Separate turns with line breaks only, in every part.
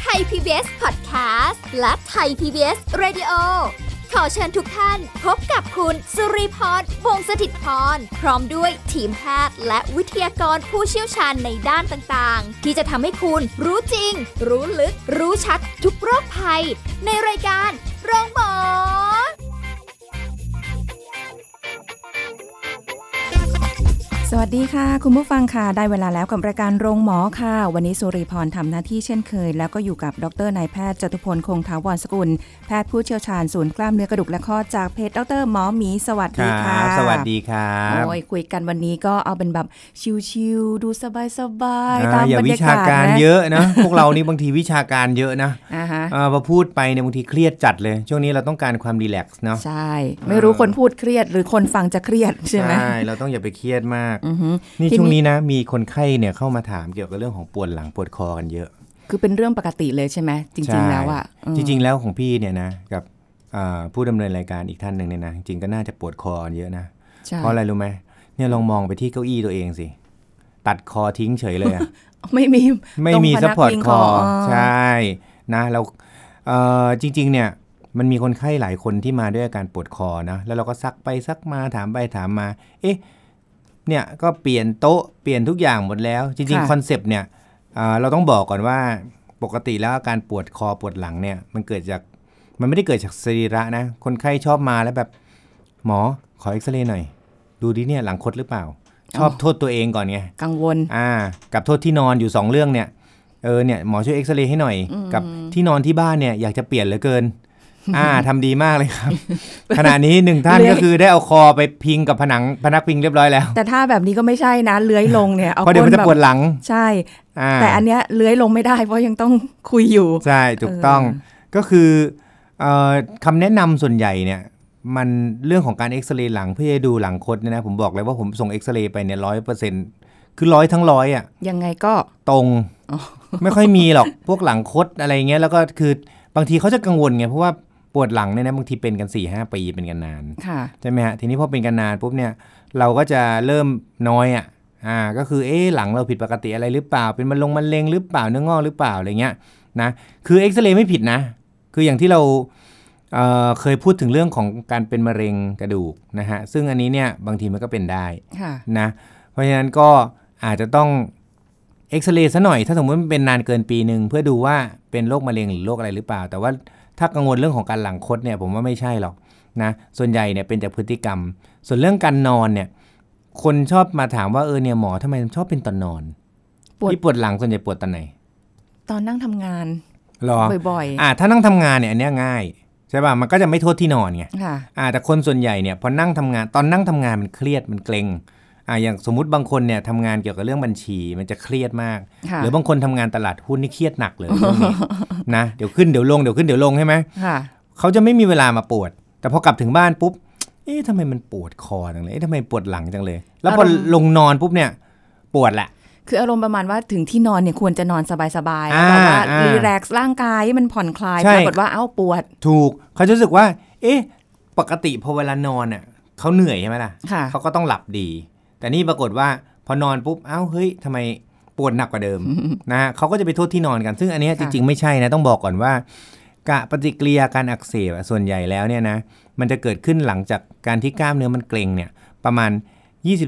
ไทย PBS Podcast และไทย PBS Radio ขอเชิญทุกท่านพบกับคุณสุริพรวงศสถิตพร พร้อมด้วยทีมแพทย์และวิทยากรผู้เชี่ยวชาญในด้านต่างๆ ที่จะทำให้คุณรู้จริง รู้ลึก รู้ชัดทุกโรคภัย ในรายการโรงพยาบาล
สวัสดีค่ะ คุณผู้ฟังค่ะ ได้เวลาแล้วกับรายการโรงหมอค่ะ วันนี้สุริพรทำหน้าที่เช่นเคย แล้วก็อยู่กับดรนายแพทย์จตุพลคงถาวรสกุล แพทย์ผู้เชี่ยวชาญศูนย์กล้ามเนื้อกระดูกและข้อจากเพจดรหมอหมีสวัส
ค
ดี
รั
ค่ะ
บสวัสดีครับ
โอ้ยคุยกันวันนี้ก็เอาเป็นแบบชิวๆดูสบายๆ
อ่า
ตาม
อย่า
บรร
วิ
ยา
ชาก
าศ
การ
นะ
เยอะนะ พวกเรานี่บางทีวิชาการเยอะนะ
อ่าฮะ
อ่าพอพูดไปเนี่ยบางทีเครียดจัดเลย ช่วงนี้เราต้องการความรีแลกซ์เนาะ
ใช่ ไม่รู้คนพูดเครียดหรือคนฟังจะเครียดใช่ไหม
เราต้องอย่าไปเครียดมาก
อือฮึ
นี่
ทีนี้
ช่วงนี้นะมีคนไข้เนี่ยเข้ามาถามเกี่ยวกับเรื่องของปวดหลังปวดคอกันเยอะ
คือเป็นเรื่องปกติเลยใช่ไหมจริง ๆ แล้วอ่ะ
ใช่จริง ๆ แล้วของพี่เนี่ยนะกับอ่าผู้ดำเนินรายการอีกท่านหนึ่งเนี่ยนะจริงๆก็น่าจะปวดคอกันเยอะนะ
ใช่
เพราะอะไรรู้ไหมเนี่ยลองมองไปที่เก้าอี้ตัวเองสิตัดคอทิ้งเฉยเลยอะ
ไม่มี
ไม่
ตง
มี
พ
ซั
นั
พ
ก
พอร์ต
พิง
คอ
อ๋อ
ใช่นะเราเอ่อจริง ๆ เนี่ย มันมีคนไข้หลายคนที่มาด้วยอาการปวดคอนะ แล้วเราก็ซักไปซักมาถามไปถามมา เอ๊ะเนี่ยก็เปลี่ยนโต๊ะเปลี่ยนทุกอย่างหมดแล้ว จริง
ค่ะ
ๆ คอนเซปต์เนี่ยเอ่อเราต้องบอกก่อนว่าปกติแล้วอาการปวดคอปวดหลังเนี่ย มันเกิดจากมันไม่ได้เกิดจากสรีระนะ คนไข้ชอบมาแล้วแบบ หมอขอเอ็กซเรย์หน่อย ดูดิเนี่ยหลังคดหรือเปล่า ชอบโทษตัวเองก่อนไง
กังวล
อ่ากับโทษที่นอนอยู่ 2 เรื่องเนี่ยเออเนี่ยหมอช่วยเอ็กซเรย์ให้หน่อย กับที่นอนที่บ้านเนี่ยอยากจะเปลี่ยนเหลือเกิน อ่าทำดีมากเลยครับ ขณะนี้หนึ่งท่าน
เลื้อย
ก็คือได้เอาคอไปพิงกับผนังพนักพิงเรียบร้อยแล้ว
แต่ถ้าแบบนี้ก็ไม่ใช่นะเลื้อยลงเนี่ยเอา
เพราะเดี๋ยวมันจะปวดหลัง
ใช่
อ่า
แต่อันเนี้ยเลื้อยลงไม่ได้เพราะยังต้องคุยอยู่
ใช่ถูกต้องก็คือเอ่อคำแนะนำส่วนใหญ่เนี่ยมันเรื่องของการเอ็กซเรย์หลังเพื่อจะดูหลังคดเนี่ยนะผมบอกเลยว่าผมส่งเอ็กซเรย์ไปเนี่ยร้อยเปอร์เซ็นต์คือร้อยทั้งร้อยอ่ะ
ยังไงก็
ตรงไม่ค่อยมีหรอก พวกหลังคดอะไรเงี้ยแล้วก็คือบางทีเขาจะกังวลไงเพราะว่าปวดหลังเนี่ยนะบางทีเป็นกัน4ี่ห้าปีเป็นกันนาน
ค่ะ
ใช่ไหมฮะทีนี้พอเป็นกันนานปุ๊บเนี่ยเราก็จะเริ่มน้อยอ่ะอ่าก็คือเอ๊ะหลังเราผิดปกติอะไรหรือเปล่า เป็นมันลงมันเลงหรือเปล่าเนื้องอกหรือเปล่าอะไรเงี้ยนะคือเอ็กซเรย์ไม่ผิดนะ คืออย่างที่เราเอ่อเคยพูดถึงเรื่องของการเป็นมะเร็งกระดูกนะฮะซึ่งอันนี้เนี่ยบางทีมันก็เป็นได้
ค่ะ
นะเพราะฉะนั้นก็อาจจะต้องเอ็กซเรย์ซะหน่อย ถ้าสมมติมันเป็นนานเกินปีหนึ่งเพื่อดูว่าเป็นโรคมะเร็งหรือโรคอะไรหรือเปล่า แต่ว่าถ้ากังวลเรื่องของการหลังคดเนี่ยผมว่าไม่ใช่หรอกนะส่วนใหญ่เนี่ยเป็นจากพฤติกรรม ส่วนเรื่องการนอนเนี่ยคนชอบมาถามว่าเออเนี่ยหมอทำไมชอบเป็นตอนนอน
ปวด
ที่ปวดหลังส่วนใหญ่ปวดตอนไหน
ตอนนั่งทำงาน
หรอ
บ่อย
อ่าถ้านั่งทำงานเนี่ยอันเนี้ยง่ายใช่ป่ะมันก็จะไม่โทษที่นอนไง
ๆ ค่ะ
อ่าแต่คนส่วนใหญ่เนี่ยพอนั่งทำงานตอนนั่งทำงานมันเครียดมันเกรงอ่าอย่างสมมติบางคนเนี่ยทำงานเกี่ยวกับเรื่องบัญชีมันจะเครียดมาก
ค่ะ
หรือบางคนทำงานตลาดหุ้นนี่เครียดหนักเลย เรื่องนี้ นะเดี๋ยวขึ้นเดี๋ยวลงเดี๋ยวขึ้นเดี๋ยวลงใช่ไหม
ค่ะ
เขาจะไม่มีเวลามาปวด แต่พอกลับถึงบ้านปุ๊บเอ๊ะทำไมมันปวดคอจังเลยเอ๊ะทำไมปวดหลังจังเลย แล้วพอ
อารมณ์
ลงนอนปุ๊บเนี่ยปวดแหละ
คืออารมณ์ประมาณว่าถึงที่นอนเนี่ยควรจะนอนสบายๆ
อ่า
แบบว่า
อ่ารี
รีแลกซ์ร่างกายให้มันผ่อนคลาย
ใช่
ปรากฏว่าเอ้าปวด
ถูกเขาจะรู้สึกว่า เอ๊ะ ปกติพอเวลานอนอ่ะเขาเหนื่อยใช่ไหมล่ะ
ค่ะ
เขาก็ต้องหลับดี แต่นี่ปรากฏว่าพอนอนปุ๊บ เอ้า เฮ้ยทำไมปวดหนักกว่าเดิม นะฮะเขาก็จะไปโทษที่นอนกัน ซึ่งอันเนี้ยจ
ค่ะ
ริง ๆ ไม่ใช่นะ ต้องบอกก่อนว่า กะปฏิกิริยาการอักเสบอะส่วนใหญ่แล้วเนี่ยนะ มันจะเกิดขึ้นหลังจากการที่กล้ามเนื้อมันเกร็งเนี่ย ประมาณ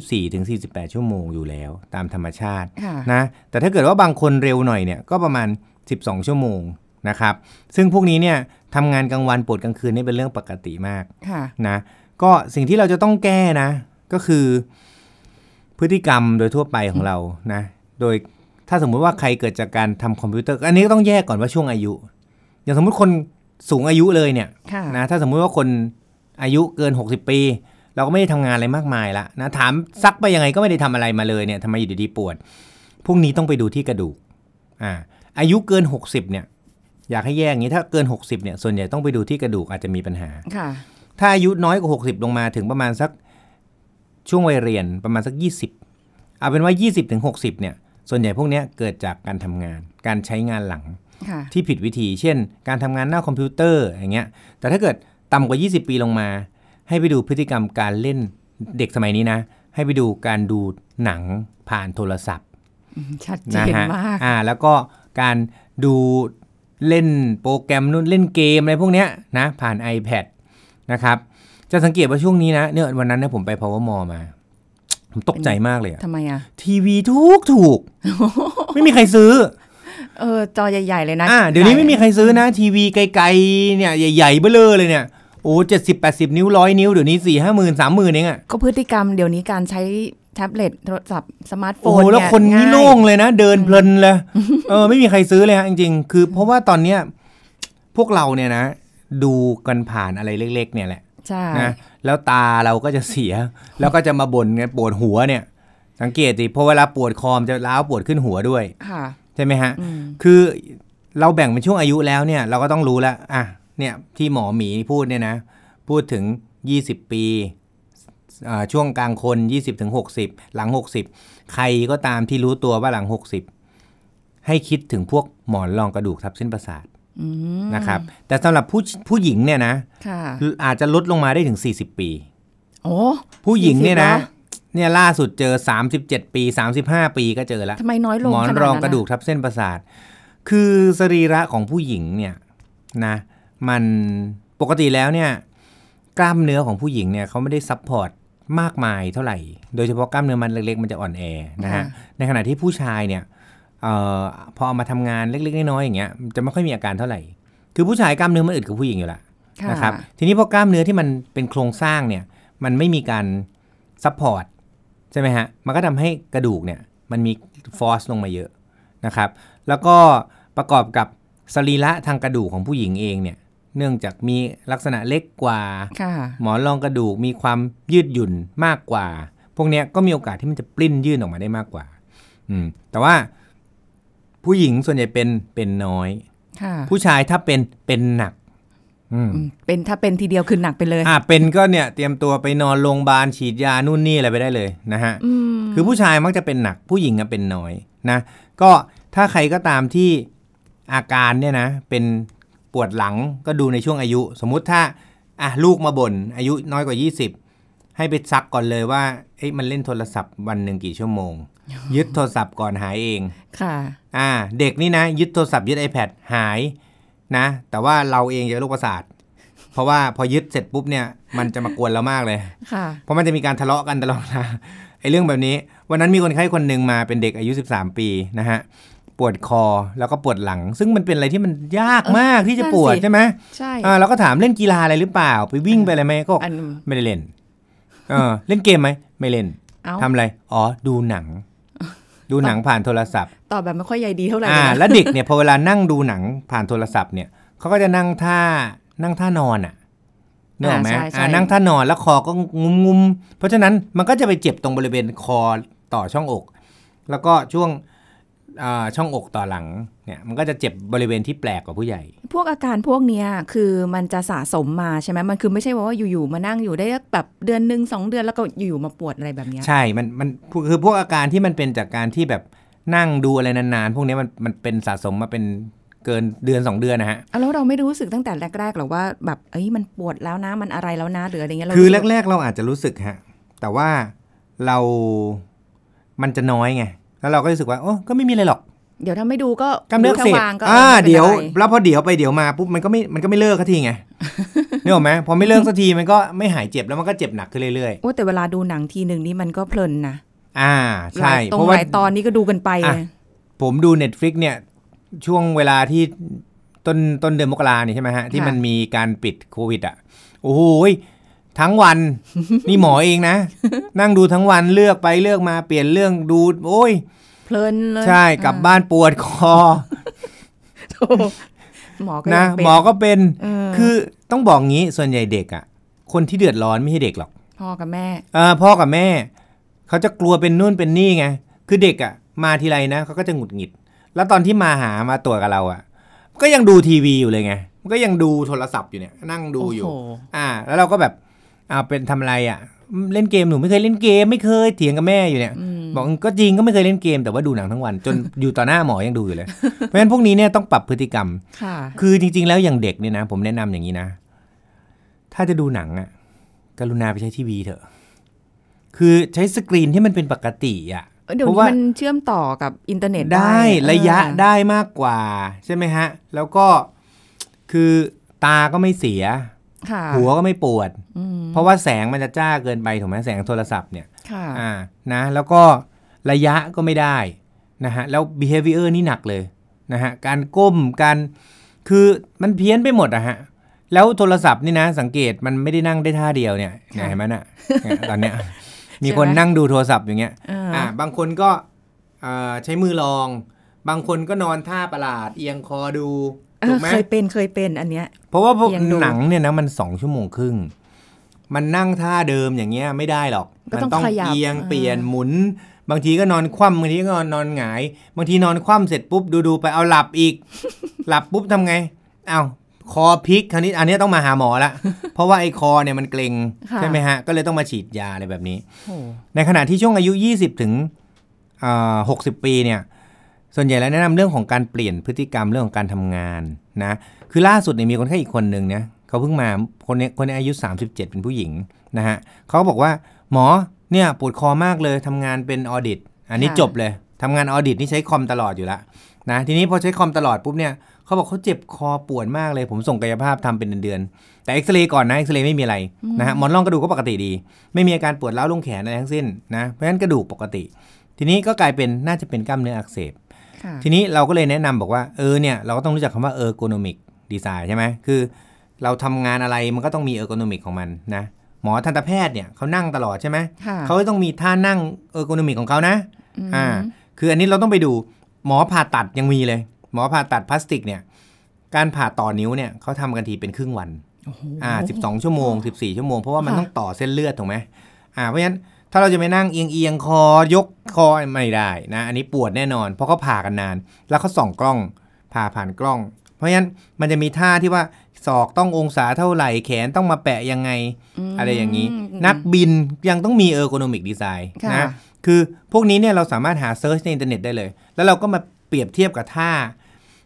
24-48 ชั่วโมงอยู่แล้ว ตามธรรมชาติ
ค่ะ
นะแต่ถ้าเกิดว่าบางคนเร็วหน่อยเนี่ยก็ประมาณ 12 ชั่วโมงนะครับซึ่งพวกนี้เนี่ยทำงานกลางวันปวดกลางคืนนี่เป็นเรื่องปกติมาก
ค่ะ
นะก็สิ่งที่เราจะต้องแก้นะก็คือ พฤติกรรมโดยทั่วไปของเรานะโดยถ้าสมมุติว่าใครเกิดจากการทำคอมพิวเตอร์ อันนี้ก็ต้องแยกก่อนว่าช่วงอายุ อย่างสมมุติคนสูงอายุเลยเนี่ย
ค่ะ
นะถ้าสมมุติว่าคนอายุเกิน 60 ปี เราก็ไม่ได้ทำงานอะไรมากมายละนะถามซักไปยังไงก็ไม่ได้ทำอะไรมาเลยเนี่ยทำไมอยู่ดีๆปวด พวกนี้ต้องไปดูที่กระดูกอ่าอายุเกิน 60เนี่ยอยากให้แยกอย่างนี้ถ้าเกิน 60เนี่ยส่วนใหญ่ต้องไปดูที่กระดูกอาจจะมีปัญหา
ค่ะ
ถ้าอายุน้อยกว่า 60 ลงมาถึงประมาณสักช่วงวัยเรียนประมาณสัก 20เอาเป็นว่า 20ถึง60เนี่ยส่วนใหญ่พวกเนี้ยเกิดจากการทำงาน การใช้งานหลัง
ค่ะ
ที่ผิดวิธี เช่น การทำงานหน้าคอมพิวเตอร์อย่างเงี้ย แต่ถ้าเกิดต่ำกว่า 20 ปีลงมา ให้ไปดูพฤติกรรมการเล่นเด็กสมัยนี้นะ ให้ไปดูการดูหนังผ่านโทรศัพท์
อืมชัดเจ
นะ
น
ฮะ
มาก
อ่าแล้วก็การดูเล่นโปรแกรมนู่นเล่นเกมอะไรพวกเนี้ยนะผ่าน iPad นะครับ จะสังเกตว่าช่วงนี้นะเนี่ยวันนั้นเนี่ยผมไป Power Mall มา ผมตกใจมากเลยอะ
ทำไมอ่ะ
ทีวีถูกถูกไม่มีใครซื้อ
เออ จอใหญ่ ๆ เลยนะ
อ่าเดี๋ยวนี้ไม่มีใครซื้อนะ ทีวีไกลๆเนี่ยใหญ่ๆเบ้อเลอเลยเนี่ยโอ้เจ็ดสิบแปดสิบนิ้วร้อยนิ้วเดี๋ยวนี้สี่ห้าหมื่นสามหมื่นเองอะ
ก็พฤติกรรมเดี๋ยวนี้การใช้แท็บเล็ตโทรศัพท์สมาร์ทโฟน
โอ้โหแล้ว
เย
คนนี้
าย
โล่งเลยนะ เดินเพลินเลยเออไม่มีใครซื้อเลยฮะจริงๆ คือเพราะว่าตอนเนี้ยพวกเราเนี่ยนะ ดูกันผ่านอะไรเล็ก ๆ เนี่ยแหละ
ใช่
นะแล้วตาเราก็จะเสีย แล้วก็จะมาบ่นไงปวดหัวเนี่ย สังเกตดิเพอเวลาปวดคอมนจะร้าวปวดขึ้นหัวด้วย
ค่ะ
ใช่ไหมฮะ
อืม
คือเราแบ่งเป็นช่วงอายุแล้วเนี่ย เราก็ต้องรู้แล้วอ่ะเนี่ยที่หมอหมีพูดเนี่ยนะ พูดถึง 20 ปีอ่าช่วงกลางคน 20ถึง60 หลัง 60 ใครก็ตามที่รู้ตัวว่าหลัง 60 ให้คิดถึงพวกหมอนรองกระดูกทับเส้นประสาท
อืม
นะครับ แต่สำหรับผู้ผู้หญิงเนี่ยนะ
ค่ะ
อาจจะลดลงมาได้ถึง 40 ปี
โอ้
ผู้หญิงเนี่ยนะ
สี่สิบเหรอ
เนี่ยล่าสุดเจอ 37 ปี 35 ปีก็เจอแล้ว
ทำไมน้อยลง
หมอน
ขนาด
รอง
นั้น
กระดูกทับเส้นประสาท คือสรีระของผู้หญิงเนี่ยนะ มันปกติแล้วเนี่ย กล้ามเนื้อของผู้หญิงเนี่ยเขาไม่ได้ซับพอร์ตมากมายเท่าไหร่ โดยเฉพาะกล้ามเนื้อมันเล็กๆ มันจะอ่อนแอนะฮะ ในขณะที่ผู้ชายเนี่ยเออพอเอามาทำงานเล็กๆ น้อยๆอย่างเงี้ยจะไม่ค่อยมีอาการเท่าไหร่ คือผู้ชายกล้ามเนื้อมันอึดกว่าผู้หญิงอยู่ละ
ค่ะ
นะครับทีนี้พอกล้ามเนื้อที่มันเป็นโครงสร้างเนี่ยมันไม่มีการซัพพอร์ตใช่ไหมฮะมันก็ทำให้กระดูกเนี่ยมันมีฟอสลงมาเยอะนะครับแล้วก็ประกอบกับสรีระทางกระดูกของผู้หญิงเองเนี่ยเนื่องจากมีลักษณะเล็กกว่า
ค่ะ
หมอนรองกระดูกมีความยืดหยุ่นมากกว่า พวกเนี้ยก็มีโอกาสที่มันจะปลิ้นยื่นออกมาได้มากกว่า อืมแต่ว่าผู้หญิงส่วนใหญ่เป็นเป็นน้อย
ค่ะ
ผู้ชายถ้าเป็นเป็นหนัก อืม
อืมเป็นถ้าเป็นทีเดียวคือหนักไปเลย
อ่ะเป็นก็เนี่ยเตรียมตัวไปนอนโรงพยาบาลฉีดยานู่นนี่อะไรไปได้เลยนะฮะ
อืม
คือผู้ชายมักจะเป็นหนักผู้หญิงอะเป็นน้อยนะ ก็ถ้าใครก็ตามที่อาการเนี่ยนะเป็นปวดหลังก็ดูในช่วงอายุ สมมุติถ้าอ่ะลูกมาบ่นอายุน้อยกว่า 20 ให้ไปซักก่อนเลยว่าเอ๊ะมันเล่นโทรศัพท์วันหนึ่งกี่ชั่วโมง ยึดโทรศัพท์ก่อนหายเอง
ค่ะ
อ่าเด็กนี่นะ ยึดโทรศัพท์ยึด iPad หายนะ แต่ว่าเราเองจะเป็นโรคประสาท เพราะว่าพอยึดเสร็จปุ๊บเนี่ย มันจะมากวนเรามากเลย
ค่ะ
เพราะมันจะมีการทะเลาะกันตลอดเวลา ไอ้เรื่องแบบนี้ วันนั้นมีคนไข้คนหนึ่งมาเป็นเด็กอายุ 13 ปีนะฮะ ปวดคอแล้วก็ปวดหลัง ซึ่งมันเป็นอะไรที่มันยากมากที่จะ
นั่นสิ
ปวดใช่ไหม
ใช่
อ่าเราก็ถามเล่นกีฬาอะไรหรือเปล่า ไปวิ่งไปอะไรไหมก็บอก
อัน
ไม่ได้เล่นเออเล่นเกมไหมไม่เล่น
เอ้า
ทำอะไรอ๋อดูหนัง ดูหนังผ่านโทรศัพท์
ตอบแบบไม่ค่อยใยดีเท่าไหร่
อ่า
เลยนะ
แล้วเด็กเนี่ยพอเวลานั่งดูหนังผ่านโทรศัพท์เนี่ยเขาก็จะนั่งท่านั่งท่านอนอ่ะนึกออกไหมา
ใช่ใช่
อ่านั่งท่านอนแล้วคอก็งุมงุมๆเพราะฉะนั้นมันก็จะไปเจ็บตรงบริเวณคอต่อช่องอก แล้วก็ช่วงอ่าช่องอกต่อหลังเนี่ยมันก็จะเจ็บบริเวณที่แปลกกว่าผู้ใหญ่
พวกอาการพวกเนี้ยคือมันจะสะสมมาใช่ไหมมันคือไม่ใช่ว่าอยู่ๆมานั่งอยู่ได้แบบเดือนหนึ่งสองเดือนแล้วก็อยู่ๆมาปวดอะไรแบบเนี้ย
ใช่มันมันคือพวกอาการที่มันเป็นจากการที่แบบนั่งดูอะไรนานๆ พวกเนี้ยมันมันเป็นสะสมมาเป็นเกินเดือนสองเดือนนะฮะ
อ่ะแล้วเราไม่รู้สึกตั้งแต่แรกๆหรอว่าแบบเอ้ยมันปวดแล้วนะมันอะไรแล้วนะหรืออะไรเงี้ยเรา
คือ
รู้สึก
แรก ๆ เราอาจจะรู้สึกฮะ แต่ว่าเรา มันจะน้อยไง แล้วเราก็รู้สึกว่า โอ้ก็ไม่มีอะไรหรอก
เดี๋ยวถ้าไม่ดูก็
กล้ามเนื้ออัก
ดู
เสพ
ถ้าวางก็
อ่า
ไม่ป็นไร
เดี๋ยว แล้วพอเดี๋ยวไปเดี๋ยวมาปุ๊บ มันก็ไม่ มันก็ไม่เลิกสักทีไง เนี่ยหรอกไหมพอไม่เลิกสักที มันก็ไม่หายเจ็บ แล้วมันก็เจ็บหนักขึ้นเรื่อย
โอ้แต่เวลาดูหนังทีหนึ่งนี่มันก็เพลินนะ
ๆ อ่า
ห
ใช่
ลายตรง
เพราะ
ห
ว่า
ลายตอนนี้ก็ดูกันไป
อ่ะ ผมดู Netflix เนี่ย ช่วงเวลาที่ต้นต้นเดือนมกราเนี่ยใช่ไหมฮะ ที่มันมีการปิดโควิดอ่ะ โอ้โหยทั้งวัน นี่หมอเองนะ นั่งดูทั้งวันเลือกไปเลือกมาเปลี่ยนเรื่องดูโอ้ย
เพลินเลย
ใช่กลับบ้านปวดคอ
โอ้ หมอก็
นะ
ยังเป็น
หมอก็เป็น
เออ
คือต้องบอกงี้ส่วนใหญ่เด็กอ่ะ คนที่เดือดร้อนไม่ใช่เด็กหรอก
พ่อกับแม่
เออพ่อกับแม่ เขาจะกลัวเป็นนู่นเป็นนี่ไง คือเด็กอ่ะ มาทีไรนะเขาก็จะหงุดหงิด แล้วตอนที่มาหามาตรวจกับเราอ่ะ ก็ยังดูทีวีอยู่เลยไงมันก็ยังดูโทรศัพท์อยู่เนี่ย นั่งดูอยู่
โโห
อ่า แล้วเราก็แบบอ่าเป็นทำอะไรอ่ะ เล่นเกมหนูไม่เคยเล่นเกมไม่เคยเถียงกับแม่อยู่เนี่ย
อืม
บอกก็จริงก็ไม่เคยเล่นเกมแต่ว่าดูหนังทั้งวัน จน อยู่ต่อหน้าหมอยังดูอยู่เลย เพราะฉะนั้นพวกนี้เนี่ยต้องปรับพฤติกรรม
ค่ะ
คือจริง ๆ แล้วอย่างเด็กเนี่ยนะ ผมแนะนำอย่างนี้นะ ถ้าจะดูหนังอะ กรุณาไปใช้ทีวีเถอะ คือใช้สกรีนที่มันเป็นปกติอ่ะ
เดี๋ยว
เพราะ
นี้
ว่า
มันเชื่อมต่อกับอินเทอร์เน็ต
ได้ระยะ
เออ
ได้มากกว่า ใช่ไหมฮะ แล้วก็คือตาก็ไม่เสีย
ค่ะ
หัวก็ไม่ปวด
อืม
เพราะว่าแสงมันจะจ้าเกินไปถูกไหมแสงโทรศัพท์เนี่ย
ค่ะ
อ่า นะ แล้วก็ระยะก็ไม่ได้นะฮะ แล้ว behavior นี่หนักเลยนะฮะ การก้ม การ คือมันเพี้ยนไปหมดอะฮะ แล้วโทรศัพท์นี่นะ สังเกตมันไม่ได้นั่งได้ท่าเดียวเนี่ยเนี่ย
ค่ะ
เห็นไหมน่ะเนี่ยตอน เนี้ย มีคนนั่งดูโทรศัพท์อย่างเงี้ย
อ่า
อ่า บางคนก็เอ่อใช้มือรอง บางคนก็นอนท่าประหลาด เอียงคอดู
เอ
ถู
อก
ไหม
เคยเป็นเคยเป็นอันเนี้ย
เพราะว่าพวก
เอียงดู
หนังเนี่ยนะมันสองชั่วโมงครึ่ง มันนั่งท่าเดิมอย่างเงี้ยไม่ได้หรอก
ก็
มั
ต้อง
ต้อง
ขยับ
เอียง
อ่า
เปลี่ยนหมุน บางทีก็นอนคว่ำบางทีก็นอนนอนหงาย บางทีนอนคว่ำเสร็จปุ๊บดูดูๆไปเอาหลับอีก หลับปุ๊บทำไงเอาคอพลิกคราวนี้อันนี้ต้องมาหาหมอละ เพราะว่าไอ้คอเนี่ยมันเกร็ง
ค่ะ
ใช่ไหมฮะ ก็เลยต้องมาฉีดยาอะไรแบบนี้
โอ้
ในขณะที่ช่วงอายุ 20 ถึงเอ่อ60 ปีเนี่ย ส่วนใหญ่แล้วแนะนำเรื่องของการเปลี่ยนพฤติกรรมเรื่องของการทำงานนะ คือล่าสุดเนี่ยมีคนไข้อีกคนหนึ่งเนี่ยเขาเพิ่งมาคนเนี้ยคนเนี้ยอายุ 37 เป็นผู้หญิงนะฮะเขาบอกว่าหมอเนี่ยปวดคอมากเลยทำงานเป็นออดิต อันนี้จบเลยทำงานออดิตนี่ใช้คอมตลอดอยู่ละนะทีนี้พอใช้คอมตลอดปุ๊บเนี่ยเขาบอกเขาเจ็บคอปวดมากเลย ผมส่งกายภาพทำเป็นเดือนๆแต่เอ็กซเรย์ก่อนนะเอ็กซเรย์ไม่มีอะไรนะฮะหมอนรองกระดูกก็ปกติดี ไม่มีอาการปวดร้าวลงแขนอะไรทั้งสิ้นนะเพราะฉะนั้นกระดูกปกติ ทีนี้ก็กลายเป็นน่าจะเป็นกล้ามเนื้ออักเสบ
ค่ะ
ทีนี้เราก็เลยแนะนำบอกว่าเออเนี่ยเราก็ต้องรู้จักคำว่า ergonomic design ใช่ไหมคือ เราทำงานอะไรมันก็ต้องมี ergonomic ของมันนะหมอทันตแพทย์เนี่ยเขานั่งตลอดใช่ไหม
ค่ะ
เขาก็ต้องมีท่านั่ง ergonomic ของเขานะอ่าคืออันนี้เราต้องไปดูหมอผ่าตัดยังมีเลย หมอผ่าตัดพลาสติกเนี่ยการผ่าต่อนิ้วเนี่ยเขาทำกันทีเป็นครึ่งวัน อ่าสิบสองชั่วโมงสิบสี่ชั่วโมง เพราะว่ามัน
ค่ะ
ต้องต่อเส้นเลือดถูกไหมอ่าเพราะฉะนั้นถ้าเราจะไปนั่งเอียงเอียงๆคอยกคอไม่ได้นะ อันนี้ปวดแน่นอน เพราะเขาผ่ากันนาน แล้วเขาส่องกล้องผ่าผ่านกล้อง เพราะฉะนั้นมันจะมีท่าที่ว่าศอกต้ององศาเท่าไหร่แขนต้องมาแปะยังไง
ม
อะไรอย่างนี้ นักบินยังต้องมีเออร์โกนมิกดีไซน์
ค่ะ
นะคือพวกนี้เนี่ยเราสามารถหาเซิร์ชในอินเทอร์เน็ตได้เลย แล้วเราก็มาเปรียบเทียบกับท่า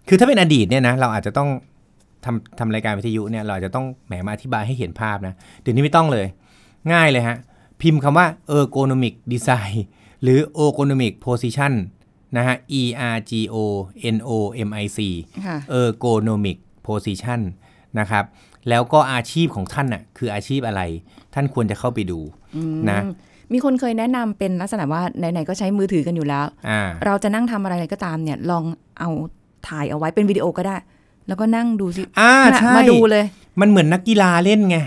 คือถ้าเป็นอดีตเนี่ยนะเราอาจจะต้องทำทำรายการวิทยุเนี่ยเราอาจจะต้องแหมมาอธิบายให้เห็นภาพนะเดี๋ยวนี้ไม่ต้องเลย ง่ายเลยฮะ พิมพ์คำว่า ergonomic design หรือ ergonomic position นะฮะ e r g o n o m i c
ค่ะ
ergonomic position นะครับ แล้วก็อาชีพของท่านน่ะคืออาชีพอะไร ท่านควรจะเข้าไปดูนะ
มีคนเคยแนะนำเป็นลักษณะว่าไหนๆก็ใช้มือถือกันอยู่แล้ว
อ่า
เราจะนั่งทำอะไรก็ตามเนี่ย ลองเอาถ่ายเอาไว้เป็นวิดีโอก็ได้ แล้วก็นั่งดูสิ
อ่า
น่ะ
ใช่
มาดูเลย
มันเหมือนนักกีฬาเล่นไง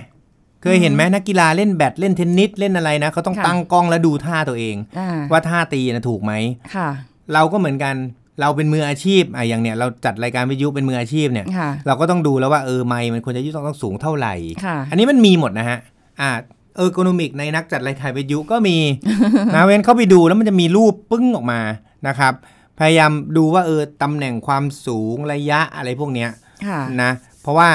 เคยเห็นไหมนักกีฬาเล่นแบดเล่นเทนนิสเล่นอะไรนะเขาต้อง
ค่ะ
ตั้งกล้องแล้วดูท่าตัวเอง
อ่า
ว่าท่าตีนะถูกไหม
ค่ะ
เราก็เหมือนกันเราเป็นมืออาชีพอ่ะอย่างเนี่ยเราจัดรายการวิทยุเป็นมืออาชีพเนี่ย
ค่ะ
เราก็ต้องดูแล้วว่าเออไมค์มันควรจะอยุ่ต้องต้องสูงเท่าไหร่
ค่ะ
อันนี้มันมีหมดนะฮะ อ่า เออร์โกนมิกในนักจัดรายการวิทยุก็มี นะเว้นเข้าไปดูแล้วมันจะมีรูปปึ้งออกมานะครับ พยายามดูว่าเออตำแหน่งความสูงระยะอะไรพวกเนี้ย
ค่ะ
นะ เพราะว่า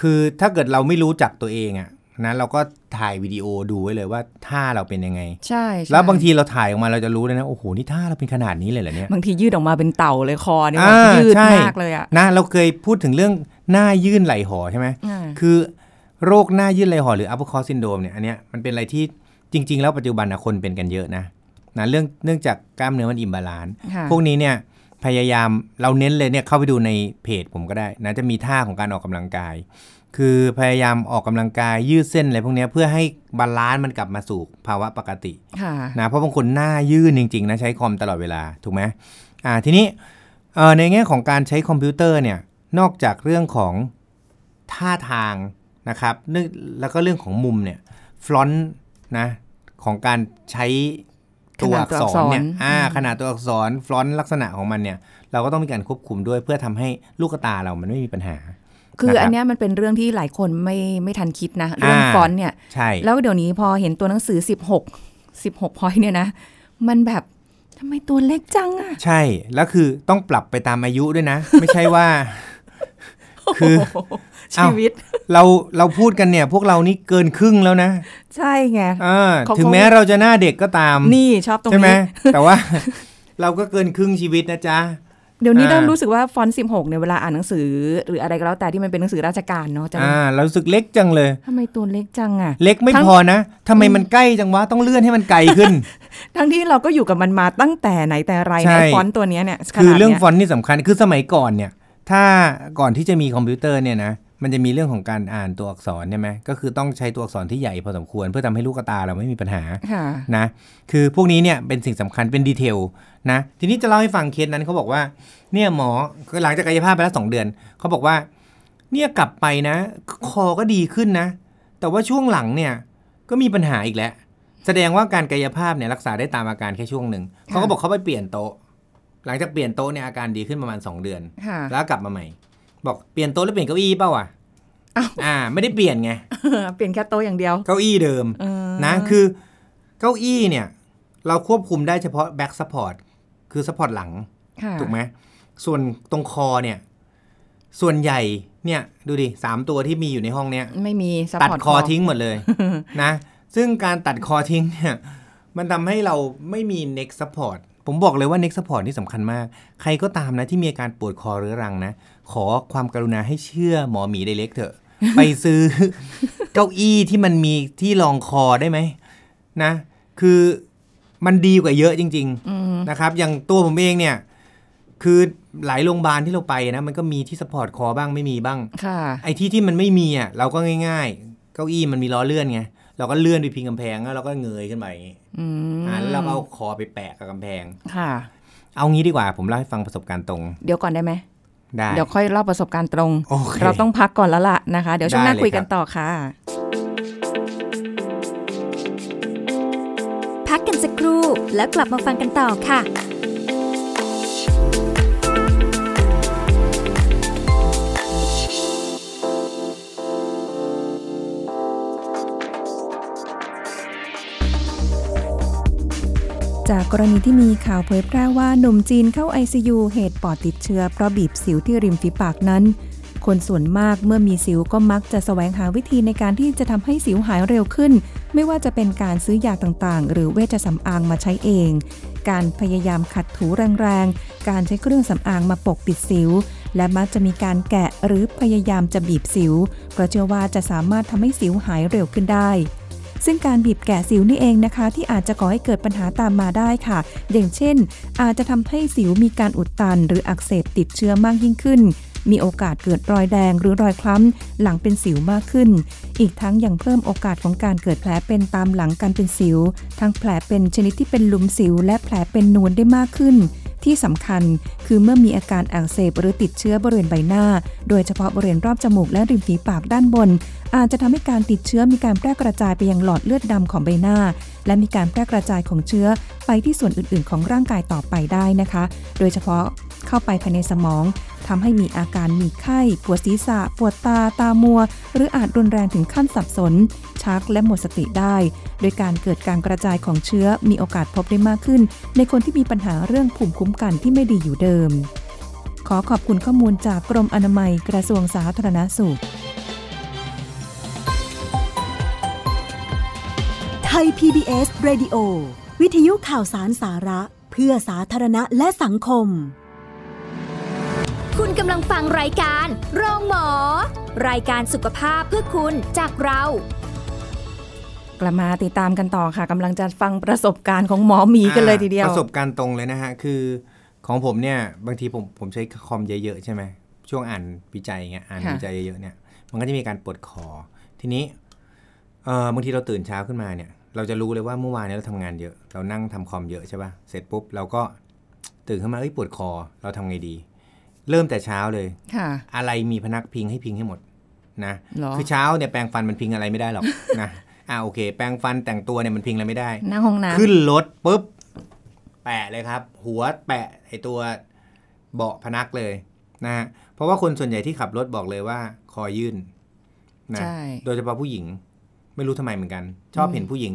คือถ้าเกิดเราไม่รู้จักตัวเองอะนะเราก็ถ่ายวิดีโอดูไว้เลยว่าท่าเราเป็นยังไง
ใช่ใช่
แล้วบางทีเราถ่ายออกมาเราจะรู้เลยนะ โอ้โห นี่ท่าเราเป็นขนาดนี้เลยเหรอเนี่ย
บางทียืดออกมาเป็นเต่าเลยคอเนี่ย
อ่า
ยืด
ใช่
มากเลยอ่ะ
นะเราเคยพูดถึงเรื่องหน้ายื่นไหลห่อใช่ไหม
อ่า
คือโรคหน้ายื่นไรห่อหรือ upper core syndrome เนี่ยอันเนี้ยมันเป็นอะไรที่จริง ๆ แล้วปัจจุบันนะคนเป็นกันเยอะนะนะเรื่องเนื่องจากกล้ามเนื้อมันอิมบาลานซ์
ค่ะ
พวกนี้เนี่ยพยายามเราเน้นเลยเนี่ยเข้าไปดูในเพจผมก็ได้นะจะมีท่าของการออกกำลังกาย คือพยายามออกกำลังกายยืดเส้นอะไรพวกเนี้ยเพื่อให้บาลานซ์มันกลับมาสู่ภาวะปกติ
ค่ะ
นะเพราะบางคนหน้ายื่นจริง ๆ นะ ใช้คอมตลอดเวลา ถูกไหมอ่าทีนี้เอ่อในแง่ของการใช้คอมพิวเตอร์เนี่ยนอกจากเรื่องของท่าทางนะครับเนื่องแล้วก็เรื่องของมุมเนี่ยฟลอนต์นะของการใช้ตัวอักษรเนี่ย
ขนาดตัวอักษร
อ่า
อืม
ขนาดตัวอักษรฟลอนต์ลักษณะของมันเนี่ยเราก็ต้องมีการควบคุมด้วยเพื่อทำให้ลูกตาเรามันไม่มีปัญหา
คือ
นะครับ
อันเนี้ยมันเป็นเรื่องที่หลายคนไม่ไม่ทันคิดนะ เรื่อง
อ่า
ฟอนต์เนี่ย
ใช่
แล้วเดี๋ยวนี้พอเห็นตัวหนังสือ 16 16พอยเนี่ยนะ มันแบบทำไมตัวเล็กจังอ่ะ
ใช่แล้วคือต้องปรับไปตามอายุด้วยนะ ไม่ใช่ว่า คือ
โโหชีวิต
เราเราพูดกันเนี่ย พวกเรานี่เกินครึ่งแล้วนะ
ใช่ไง
อ่า
เขา
ถึงแม้เราจะหน้าเด็กก็ตาม
นี่ชอบตรง
ใช่ไหม
นี้
แต่ว่า เราก็เกินครึ่งชีวิตนะจ๊ะ
เดี๋ยวนี้
อ่า
เริ่มรู้สึกว่าฟอนต์16เนี่ยเวลาอ่านหนังสือ หรืออะไรก็แล้วแต่ที่มันเป็นหนังสือราชการเนาะจะ
อ่าเรารู้สึกเล็กจังเลย
ทำไมตัวเล็กจังอ่ะ
เล็กไม่
ทั้ง
พอนะทำไมมันใกล้จังวะต้องเลื่อนให้มันไกลขึ้น
ทั้งที่เราก็อยู่กับมันมาตั้งแต่ไหนแต่ไร
ใช่
ในฟอนต์ตัวเนี้ยเนี่ย
คื
ข
อ
นาด
เรื่อง
นี้ย
ฟอนต์นี่สำคัญคือสมัยก่อนเนี่ย ถ้าก่อนที่จะมีคอมพิวเตอร์เนี่ยนะมันจะมีเรื่องของการอ่านตัวอักษรใช่ไหมก็คือต้องใช้ตัวอักษรที่ใหญ่พอสมควร เพื่อทำให้ลูกตาเราไม่มีปัญหา
ค่ะ
นะคือพวกนี้เนี่ยเป็นสิ่งสำคัญเป็นดีเทลนะทีนี้จะเล่าให้ฟังเคสนั้นเขาบอกว่าเนี่ยหมอคือหลังจากกายภาพไปแล้วสองเดือนเขาบอกว่าเนี่ยกลับไปนะ คอก็ดีขึ้นนะ แต่ว่าช่วงหลังเนี่ยก็มีปัญหาอีกแล้ว แสดงว่าการกายภาพเนี่ยรักษาได้ตามอาการแค่ช่วงหนึ่งเขาก็บอกเขาไปเปลี่ยนโต๊ะ หลังจากเปลี่ยนโต๊ะเนี่ยอาการดีขึ้นประมาณสองเดือน
ค่ะ
แล้วกลับมาใหม่ บอกเปลี่ยนโต๊ะแล้วเปลี่ยนเก้าอี้เปล่าอ่ะ
อ้าว
อ่า ไม่ได้เปลี่ยนไง
เปลี่ยนแค่โตะอย่างเดียว
เก้าอี้เดิม
เออ
นะคือเก้าอี้เนี่ย เราควบคุมได้เฉพาะแบ็กสปอร์ตคือสปอร์ตหลัง
ค่ะ
ถูกไหมส่วนตรงคอเนี่ย ส่วนใหญ่เนี่ย ดูดิสามตัวที่มีอยู่ในห้องเนี่ย
ไม่มี
ตัด
support
คอทิ้งหมดเลยนะ ซึ่งการตัดคอทิ้งเนี่ย มันทำให้เราไม่มี neck support ผมบอกเลยว่า neck support นี่สำคัญมาก ใครก็ตามนะที่มีอาการปวดคอเรื้อรังนะ ขอความกรุณาให้เชื่อหมอหมีไดเล็ก เถอะ ไปซื้อ เก้าอี้ที่มันมีที่รองคอได้ไหมนะ คือมันดีกว่าเยอะจริง
อืม
ๆนะครับ อย่างตัวผมเองเนี่ย คือหลายโรงพยาบาลที่เราไปนะมันก็มีที่สปอร์ตคอบ้างไม่มีบ้าง
ค่ะ
ไอ้ที่ที่มันไม่มีอ่ะเราก็ง่าย ๆ เก้าอี้มันมีล้อเลื่อนไงเราก็เลื่อนไปพิงกำแพงแล้วเราก็เงยขึ้นไปอย่างงี้
อืม
อ่าแล้วเราก็เอาคอไปแปะกับกำแพง
ค่ะ
เอางี้ดีกว่าผมเล่าให้ฟังประสบการณ์ตรง
เดี๋ยวก่อนได้ไหม
ได้
เดี๋ยวค่อยเล่าประสบการณ์ตรง
โอเค
เราต้องพักก่อนแล้วล่ะนะคะ เดี๋ยวช่วงหน้า
ได้เลย
คุยกัน
ครับ
ต่อค่ะ
พักกันสักครู่แล้วกลับมาฟังกันต่อค่ะ
จากกรณีที่มีข่าวเผยแพร่ว่าหนุ่มจีนเข้า ICU เหตุปอดติดเชื้อเพราะบีบสิวที่ริมฝีปากนั้น คนส่วนมากเมื่อมีสิวก็มักจะแสวงหาวิธีในการที่จะทำให้สิวหายเร็วขึ้น ไม่ว่าจะเป็นการซื้อยาต่างๆ หรือเวชสำอางมาใช้เอง การพยายามขัดถูแรงๆ การใช้เครื่องสำอางมาปกปิดสิว และมักจะมีการแกะหรือพยายามจะบีบสิว เพราะเชื่อว่าจะสามารถทำให้สิวหายเร็วขึ้นได้ ซึ่งการบีบแกะสิวนี่เองนะคะ ที่อาจจะก่อให้เกิดปัญหาตามมาได้ค่ะ อย่างเช่น อาจจะทำให้สิวมีการอุดตัน หรืออักเสบติดเชื้อมากยิ่งขึ้น มีโอกาสเกิดรอยแดงหรือรอยคล้ำหลังเป็นสิวมากขึ้น อีกทั้งยังเพิ่มโอกาสของการเกิดแผลเป็นตามหลังการเป็นสิว ทั้งแผลเป็นชนิดที่เป็นหลุมสิว และแผลเป็นนูนได้มากขึ้น ที่สำคัญคือเมื่อมีอาการอักเสบหรือติดเชื้อบริเวณใบหน้า โดยเฉพาะบริเวณรอบจมูกและริมฝีปากด้านบน อาจจะทำให้การติดเชื้อมีการแพร่กระจายไปยังหลอดเลือดดำของใบหน้า และมีการแพร่กระจายของเชื้อไปที่ส่วนอื่น ๆ ของร่างกายต่อไปได้นะคะ โดยเฉพาะเข้าไปภายในสมองทำให้มีอาการมีไข้ปวดศีรษะ ปวดตาตามัว หรืออาจรุนแรงถึงขั้นสับสน ชักและหมดสติได้ โดยการเกิดการกระจายของเชื้อมีโอกาสพบได้มากขึ้น ในคนที่มีปัญหาเรื่องภูมิคุ้มกันที่ไม่ดีอยู่เดิม ขอขอบคุณข้อมูลจากกรมอนามัยกระทรวงสาธารณสุข
ไทย PBS Radio วิทยุข่าวสารสาระ เพื่อสาธารณะและสังคม
คุณกำลังฟังรายการโรงหมอ รายการสุขภาพเพื่อคุณจากเรา
กลับมาติดตามกันต่อค่ะกำลังจะฟังประสบการณ์ของหมอหมีกันเลยทีเดียว
อ่าประสบการณ์ตรงเลยนะฮะ คือของผมเนี่ย บางทีผมผมใช้คอมเยอะๆใช่ไหมช่วงอ่านวิจัยเงี้ยอ่าน
ค่ะ
วิจัยเยอะๆเนี่ย มันก็จะมีการปวดคอ ทีนี้เออบางทีเราตื่นเช้าขึ้นมาเนี่ย เราจะรู้เลยว่าเมื่อวานเนี่ยเราทำงานเยอะ เรานั่งทำคอมเยอะใช่ป่ะเสร็จปุ๊บเราก็ตื่นขึ้นมาเอ้ยปวดคอเราทำไงดี เริ่มแต่เช้าเลย
ค่ะ
อะไรมีพนักพิงให้พิงให้หมดนะ
เหรอ
คือเช้าเนี่ยแปรงฟันมันพิงอะไรไม่ได้หรอก นะอ่าโอเค แปรงฟันแต่งตัวเนี่ยมันพิงอะไรไม่ได้
หน้าห้องน้
ขึ้นรถปุ๊บ แปะเลยครับ หัวแปะไอตัวเบาะพนักเลยนะฮะเพราะว่าคนส่วนใหญ่ที่ขับรถบอกเลยว่า คอยื่น
ำ
นะ
ใช่
โดยเฉพาะผู้หญิง ไม่รู้ทำไมเหมือนกัน ชอบเห็นผู้หญิง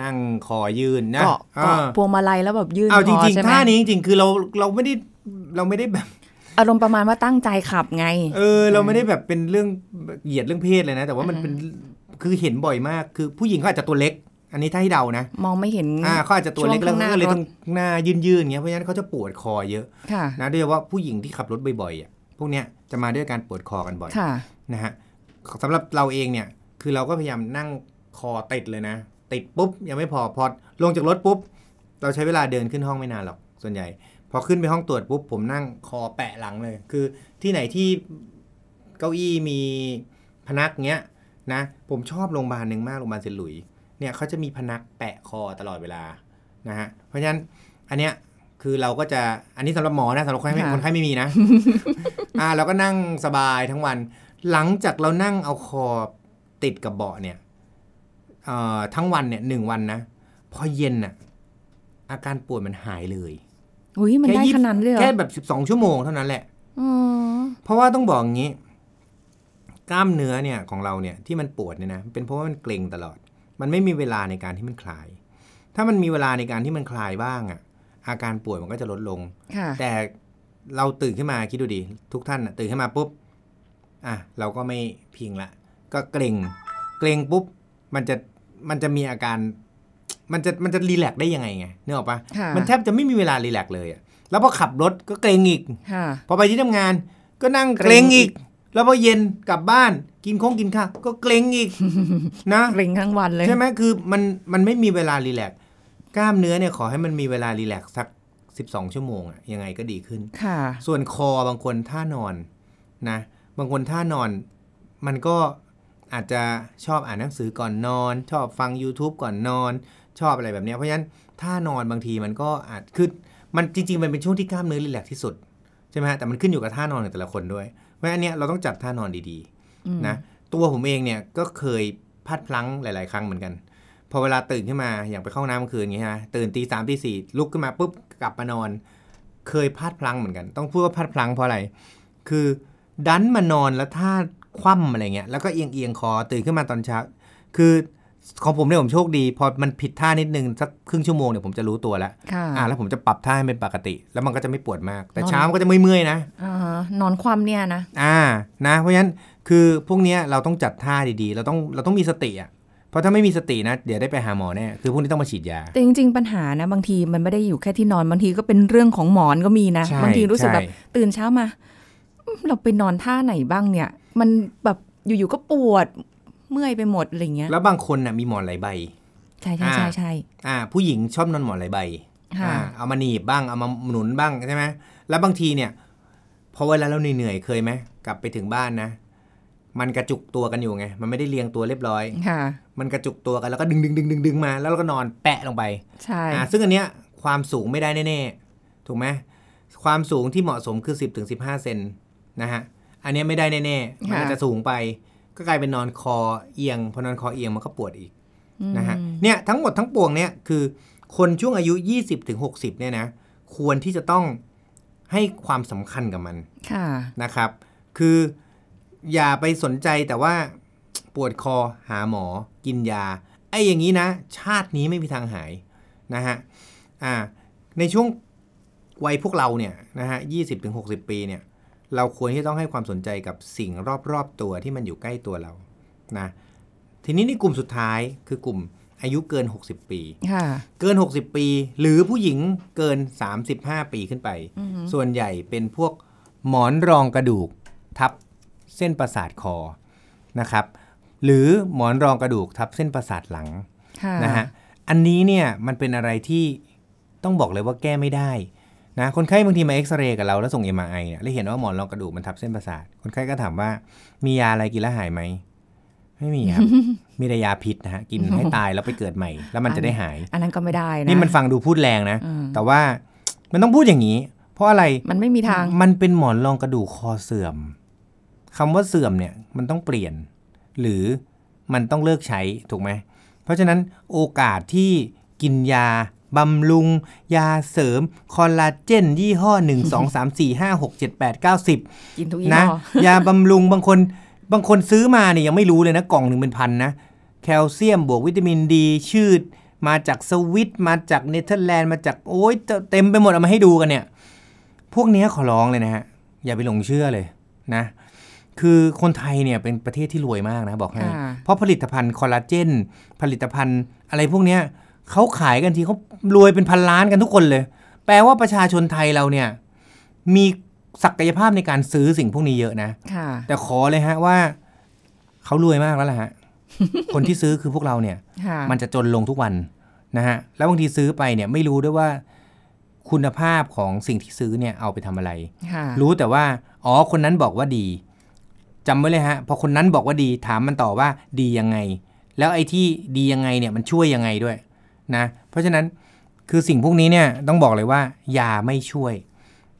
นั่งคอยื่นนะ
เกาะ
เอ
เกาะ
อ
พวงมาลัยแล้วแบบยื่น
เอา
ค
จ
อ
ริงๆ
ใช่ไหม
ท่านี้จริงๆคือเราเราไม่ได้เราไม่ได้แบบ
อารมณ์ประมาณว่าตั้งใจขับไง
เออเราไม่ได้แบบเป็นเรื่องเหยียดเรื่องเพศเลยนะ แต่ว่ามัน
อือฮึ
เป็นคือเห็นบ่อยมาก คือผู้หญิงเขาอาจจะตัวเล็ก อันนี้ถ้าให้เดานะ
มองไม่เห็น
อ่าเขาอาจจะตัวเล็ก
ช่
แล้ว
ข้างหน้า
ก็เลย
ร
ต้
ถ
องหน้ายืนๆเงี้ยเพราะฉะนั้นเขาจะปวดคอเยอะ
ค่ะ
นะโดยเฉพาะผู้หญิงที่ขับรถบ่อยๆอ่ะพวกเนี้ยจะมาด้วยการปวดคอกันบ่อย
ค่ะ
นะฮะสำหรับเราเองเนี่ย คือเราก็พยายามนั่งคอติดเลยนะ ติดปุ๊บ ยังไม่พอพอลงจากรถปุ๊บ เราใช้เวลาเดินขึ้นห้องไม่นานหรอก ส่วนใหญ่ พอขึ้นไปห้องตรวจปุ๊บ ผมนั่งคอแปะหลังเลย คือที่ไหนที่เก้าอี้มีพนักเงี้ยนะ ผมชอบโรงพยาบาลหนึ่งมากโรงพยาบาลเซนต์หลุยส์เนี่ยเขาจะมีพนักแปะคอตลอดเวลานะฮะเพราะฉะนั้นอันเนี้ยคือเราก็จะอันนี้สำหรับหมอนะสำหรับคนไข้
ค่ะ
คนไข้ไม่ มีนะ อ่าเราก็นั่งสบายทั้งวัน หลังจากเรานั่งเอาคอติดกับเบาะเนี่ยเอ่อทั้งวันเนี่ยหนึ่งวันนะ พอเย็นน่ะอาการปวดมันหายเลย
อุ้ยมันได้
ยี่สิ
ขนาดนั้นเลยเหรอ
แค่แบบสิบสองชั่วโมงเท่านั้นแหละ
อืม
เพราะว่าต้องบอกอย่างนี้ กล้ามเนื้อเนี่ยของเราเนี่ยที่มันปวดเนี่ยนะเป็นเพราะว่ามันเกร็งตลอด มันไม่มีเวลาในการที่มันคลาย ถ้ามันมีเวลาในการที่มันคลายบ้างอะอาการป่วยมันก็จะลดลง
ค่ะ
แต่เราตื่นขึ้นมาคิดดูดิทุกท่านน่ะตื่นขึ้นมาปุ๊บอ่ะเราก็ไม่พิงละ ก็เกรงเกรงปุ๊บ มันจะมันจะมีอาการ มันจะมันจะรีแลกซ์ได้ยังไงไงนึกออกปะ
ค่ะ
มันแทบจะไม่มีเวลารีแลกซ์เลยอะแล้วพอขับรถก็เกรงอีก
ค่ะ
พอไปที่ทำงานก็นั่ง
เก
เก
ร็
รง ง
อี
อี
ก
ก แล้วพอเย็นกลับบ้านกินข้องกินข้าวก็เกรง อีก นะ
เกรงทั้งวันเลย
ใช่ไหมคือมันมันไม่มีเวลารีแลกซ์กล้ามเนื้อเนี่ยขอให้มันมีเวลารีแลกซ์สัก 12 ชั่วโมงอะยังไงก็ดีขึ้น
ค่ะ
ส่วนคอบางคนท่านอนนะ บางคนท่านอน มันก็อาจจะชอบอ่านหนังสือก่อนนอน ชอบฟัง YouTube ก่อนนอน ชอบอะไรแบบเนี้ยเพราะฉะนั้นท่านอนบางทีมันก็อาจคือมันจริงๆ มันเป็นช่วงที่กล้ามเนื้อรีแลกซ์ที่สุด ใช่ไหมฮะแต่มันขึ้นอยู่กับท่านอนของแต่ละคนด้วย เพราะฉะนั้นอันเนี้ยเราต้องจัดท่านอนดีๆนะตัวผมเองเนี่ยก็เคยพลาดพลั้งหลาย ๆ ครั้งเหมือนกัน พอเวลาตื่นขึ้นมาอย่างไปเข้าน้ำกลางคืนอย่างเงี้ยฮะตื่นตีสามตีสี่ลุกขึ้นมาปุ๊บกลับมานอน เคยพลาดพลั้งเหมือนกัน ต้องพูดว่าพลาดพลั้งเพราะอะไร คือดันมานอนแล้วท่าคว่ำอะไรเงี้ย แล้วก็เอียงเอียงๆคอตื่นขึ้นมาตอนเช้า คือของผมเนี่ยผมโชคดี พอมันผิดท่านิดนึงสักครึ่งชั่วโมงเนี่ยผมจะรู้ตัวแล้ว
ค่ะ
อ่าแล้วผมจะปรับท่าให้เป็นปกติ แล้วมันก็จะไม่ปวดมาก แต่เช้ามันก็จะเมื่อยๆนะ
อ่านอนความเนี่ยนะ
อ่า นะ เพราะฉะนั้นคือพวกเนี้ยเราต้องจัดท่าดีๆ เราต้องเราต้องมีสติอ่ะ เพราะถ้าไม่มีสตินะ เดี๋ยวได้ไปหาหมอแน่ คือพวกนี้ต้องมาฉีดยา
แต่จริงๆ ปัญหานะ บางทีมันไม่ได้อยู่แค่ที่นอนบางทีก็เป็นเรื่องของหมอนก็มีนะ
ใช่
บางทีรู้สึกแบบ
ใช่
ตื่นเช้ามาอืมเราไปนอนท่าไหนบ้างเนี่ย มันแบบอยู่ๆก็ปวดเมื่อยไปหมดอะไรเงี้ย
แล้วบางคนน่ะมีหมอนหลายใบ
ใช่ใช่ใช่ใช่
อ่าผู้หญิงชอบนอนหมอนหลายใบ
ค่ะ
อ่าเอามาหนีบบ้าง เอามาหนุนบ้างใช่ไหมแล้วบางทีเนี่ย พอเวลาเราเหนื่อยๆเคยไหมกลับไปถึงบ้านนะ มันกระจุกตัวกันอยู่ไง มันไม่ได้เรียงตัวเรียบร้อย
ค่ะ
มันกระจุกตัวกันแล้วก็ดึงดึงดึงดึงดึงมา แล้วเราก็นอนแปะลงไป
ใช่
อ่าซึ่งอันเนี้ยความสูงไม่ได้แน่ๆ ถูกไหมความสูงที่เหมาะสมคือ 10บถึงสิเซนนะฮะ อันเนี้ยไม่ได้แน่ๆ มันอาจจะสูงไป ก็กลายเป็นนอนคอเอียง พอนอนคอเอียงมันก็ปวดอีกนะฮะ เนี่ยทั้งหมดทั้งปวงเนี่ยคือคนช่วงอายุ 20-60ถึง60เนี่ยนะควรที่จะต้องให้ความสำคัญกับมัน
ค่ะ
นะครับ คืออย่าไปสนใจแต่ว่าปวดคอหาหมอกินยา ไอ้อย่างนี้นะ ชาตินี้ไม่มีทางหายนะฮะ อ่า ในช่วงวัยพวกเราเนี่ยนะฮะยี่สิบถึงหกสิบปีเนี่ย เราควรที่จะต้องให้ความสนใจกับสิ่งรอบๆตัวที่มันอยู่ใกล้ตัวเรา นะ ทีนี้ในกลุ่มสุดท้ายคือกลุ่มอายุเกิน 60 ปี
ค่ะ
เกิน 60 ปี หรือผู้หญิงเกิน 35 ปีขึ้นไป ส่วนใหญ่เป็นพวกหมอนรองกระดูกทับเส้นประสาทคอนะครับ หรือหมอนรองกระดูกทับเส้นประสาทหลัง
ค่ะ
นะฮะอันนี้เนี่ยมันเป็นอะไรที่ต้องบอกเลยว่าแก้ไม่ได้นะคนไข้บางทีมาเอ็กซเรย์กับเราแล้วส่ง MRI เนี่ยแล้วเห็นว่าหมอนรองกระดูกมันทับเส้นประสาท คนไข้ก็ถามว่ามียาอะไรกินแล้วหายไหมไม่มี ครับ มีแต่ยาพิษนะฮะกินให้ตายแล้วไปเกิดใหม่ แล้วมันจะได้หาย
อันนั้นก็ไม่ได้นะ
นี่มันฟังดูพูดแรงนะ
อืม
แต่ว่ามันต้องพูดอย่างนี้ เพราะอะไร
มันไม่มีทาง
มันเป็นหมอนรองกระดูกคอเสื่อมคำว่าเสื่อมเนี่ยมันต้องเปลี่ยน หรือมันต้องเลิกใช้ถูกไหม เพราะฉะนั้นโอกาสที่กินยาบำรุง ยาเสริม คอลลาเจน ยี่ห้อ 1 2 3 4 5 6 7 8 9 10
กินทุกยี่
นะ
ห้อ
ยาบำรุงบางคนบางคนซื้อมาเนี่ยยังไม่รู้เลยนะ กล่องหนึ่งเป็นพันนะ แคลเซียมบวกวิตามินดี ชื่อมาจากสวิต มาจากเนเธอร์แลนด์มาจากโอ้ยเต็มไปหมดเอามาให้ดูกันเนี่ย พวกเนี้ยขอร้องเลยนะฮะ อย่าไปหลงเชื่อเลยนะ คือคนไทยเนี่ยเป็นประเทศที่รวยมากนะ บอกให้
ค่ะ
เพราะผลิตภัณฑ์คอลลาเจน ผลิตภัณฑ์ อะไรพวกเนี้ยเขาขายกันทีเขารวยเป็นพันล้านกันทุกคนเลย แปลว่าประชาชนไทยเราเนี่ย มีศักยภาพในการซื้อสิ่งพวกนี้เยอะนะ
ค่ะ
แต่ขอเลยฮะว่าเขารวยมากแล้วล่ะฮะ คนที่ซื้อคือพวกเราเนี่ย
ค่ะ
มันจะจนลงทุกวันนะฮะ แล้วบางทีซื้อไปเนี่ยไม่รู้ด้วยว่าคุณภาพของสิ่งที่ซื้อเนี่ยเอาไปทำอะไร
ค่ะ
รู้แต่ว่า อ๋อ คนนั้นบอกว่าดีจำไว้เลยฮะ พอคนนั้นบอกว่าดีถามมันต่อว่าดียังไง แล้วไอ้ที่ดียังไงเนี่ยมันช่วยยังไงด้วยนะ เพราะฉะนั้นคือสิ่งพวกนี้เนี่ยต้องบอกเลยว่ายาไม่ช่วย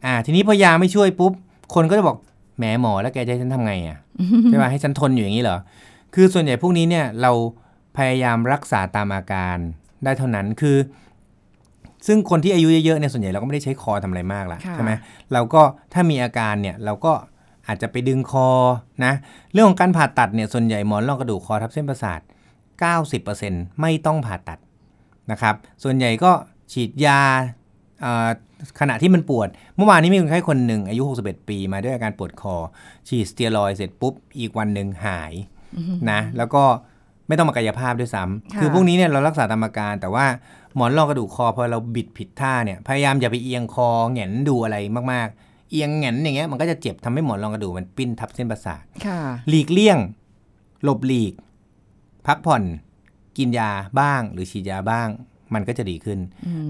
อ่า ทีนี้พอยาไม่ช่วยปุ๊บ คนก็จะบอกแหมหมอแล้วแกจะให้ฉันทำไงอะ่ะ ใช่ไหมให้ฉันทนอยู่อย่างนี้เหรอ คือส่วนใหญ่พวกนี้เนี่ยเราพยายามรักษาตามอาการได้เท่านั้นคือ ซึ่งคนที่อายุเยอะๆเนี่ยส่วนใหญ่เราก็ไม่ได้ใช้คอทำอะไรมากละ
ค่ะ
ใช่ไหม เราก็ถ้ามีอาการเนี่ยเราก็อาจจะไปดึงคอนะเรื่องของการผ่าตัดเนี่ยส่วนใหญ่หมอนรองกระดูกคอทับเส้นประสาท 90%ไม่ต้องผ่าตัดนะครับ ส่วนใหญ่ก็ฉีดยาเอ่อขณะที่มันปวด เมื่อวานนี้มีคนไข้คนหนึ่งอายุ 61 ปี มาด้วยอาการปวดคอ ฉีดสเตียรอยด์เสร็จปุ๊บ อีกวันหนึ่งหายนะแล้วก็ไม่ต้องมากายภาพด้วยซ้ำ
ค่ะ
คือพวกนี้เนี่ยเรารักษาตามอาการ แต่ว่าหมอนรองกระดูกคอพอเราบิดผิดท่าเนี่ยพยายามอย่าไปเอียงคอแหงนดูอะไรมากๆ เอียงแหงนอย่างเงี้ยมันก็จะเจ็บทำให้หมอนรองกระดูกมันปิ้นทับเส้นประสาท
ค่ะ
หลีกเลี่ยง หลบหลีก พักผ่อน กินยาบ้าง หรือฉีดยาบ้าง มันก็จะดีขึ้น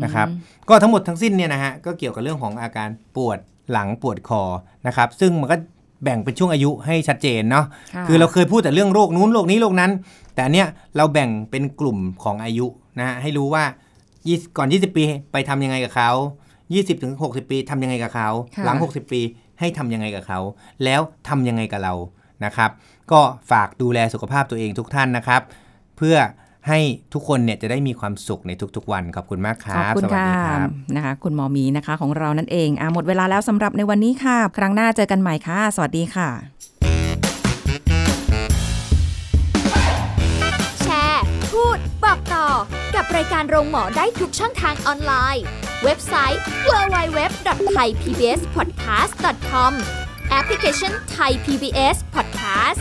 นะครับ ก็ทั้งหมดทั้งสิ้นเนี่ยนะฮะก็เกี่ยวกับเรื่องของอาการปวดหลังปวดคอนะครับ ซึ่งมันก็แบ่งเป็นช่วงอายุให้ชัดเจนเนาะ
ค่ะ
คือเราเคยพูดแต่เรื่องโรคนู้นโรคนี้โรคนั้น แต่อันเนี้ยเราแบ่งเป็นกลุ่มของอายุนะฮะให้รู้ว่า20ก่อน 20 ปีไปทำยังไงกับเขา 20ถึง60 ปีทำยังไงกับเขา
ค่ะ
หลัง 60 ปีให้ทำยังไงกับเขา แล้วทำยังไงกับเรานะครับ ก็ฝากดูแลสุขภาพตัวเองทุกท่านนะครับ เพื่อให้ทุกคนเนี่ยจะได้มีความสุขในทุกๆวันขอบคุณมากค
ขอบ
รับ
คุณ
สวัส
ค่ะ
ดีครับ
นะคะคุณหมอหมีนะคะของเรานั่นเองอ่ะหมดเวลาแล้วสำหรับในวันนี้ค่ะ ครั้งหน้าเจอกันใหม่ค่ะ สวัสดีค่ะ
แชร์ พูด บอกต่อ กับรายการโรงหมอได้ทุกช่องทางออนไลน์ เว็บไซต์ www.thaipbspodcast.com แอปพลิเคชัน Thai PBS Podcast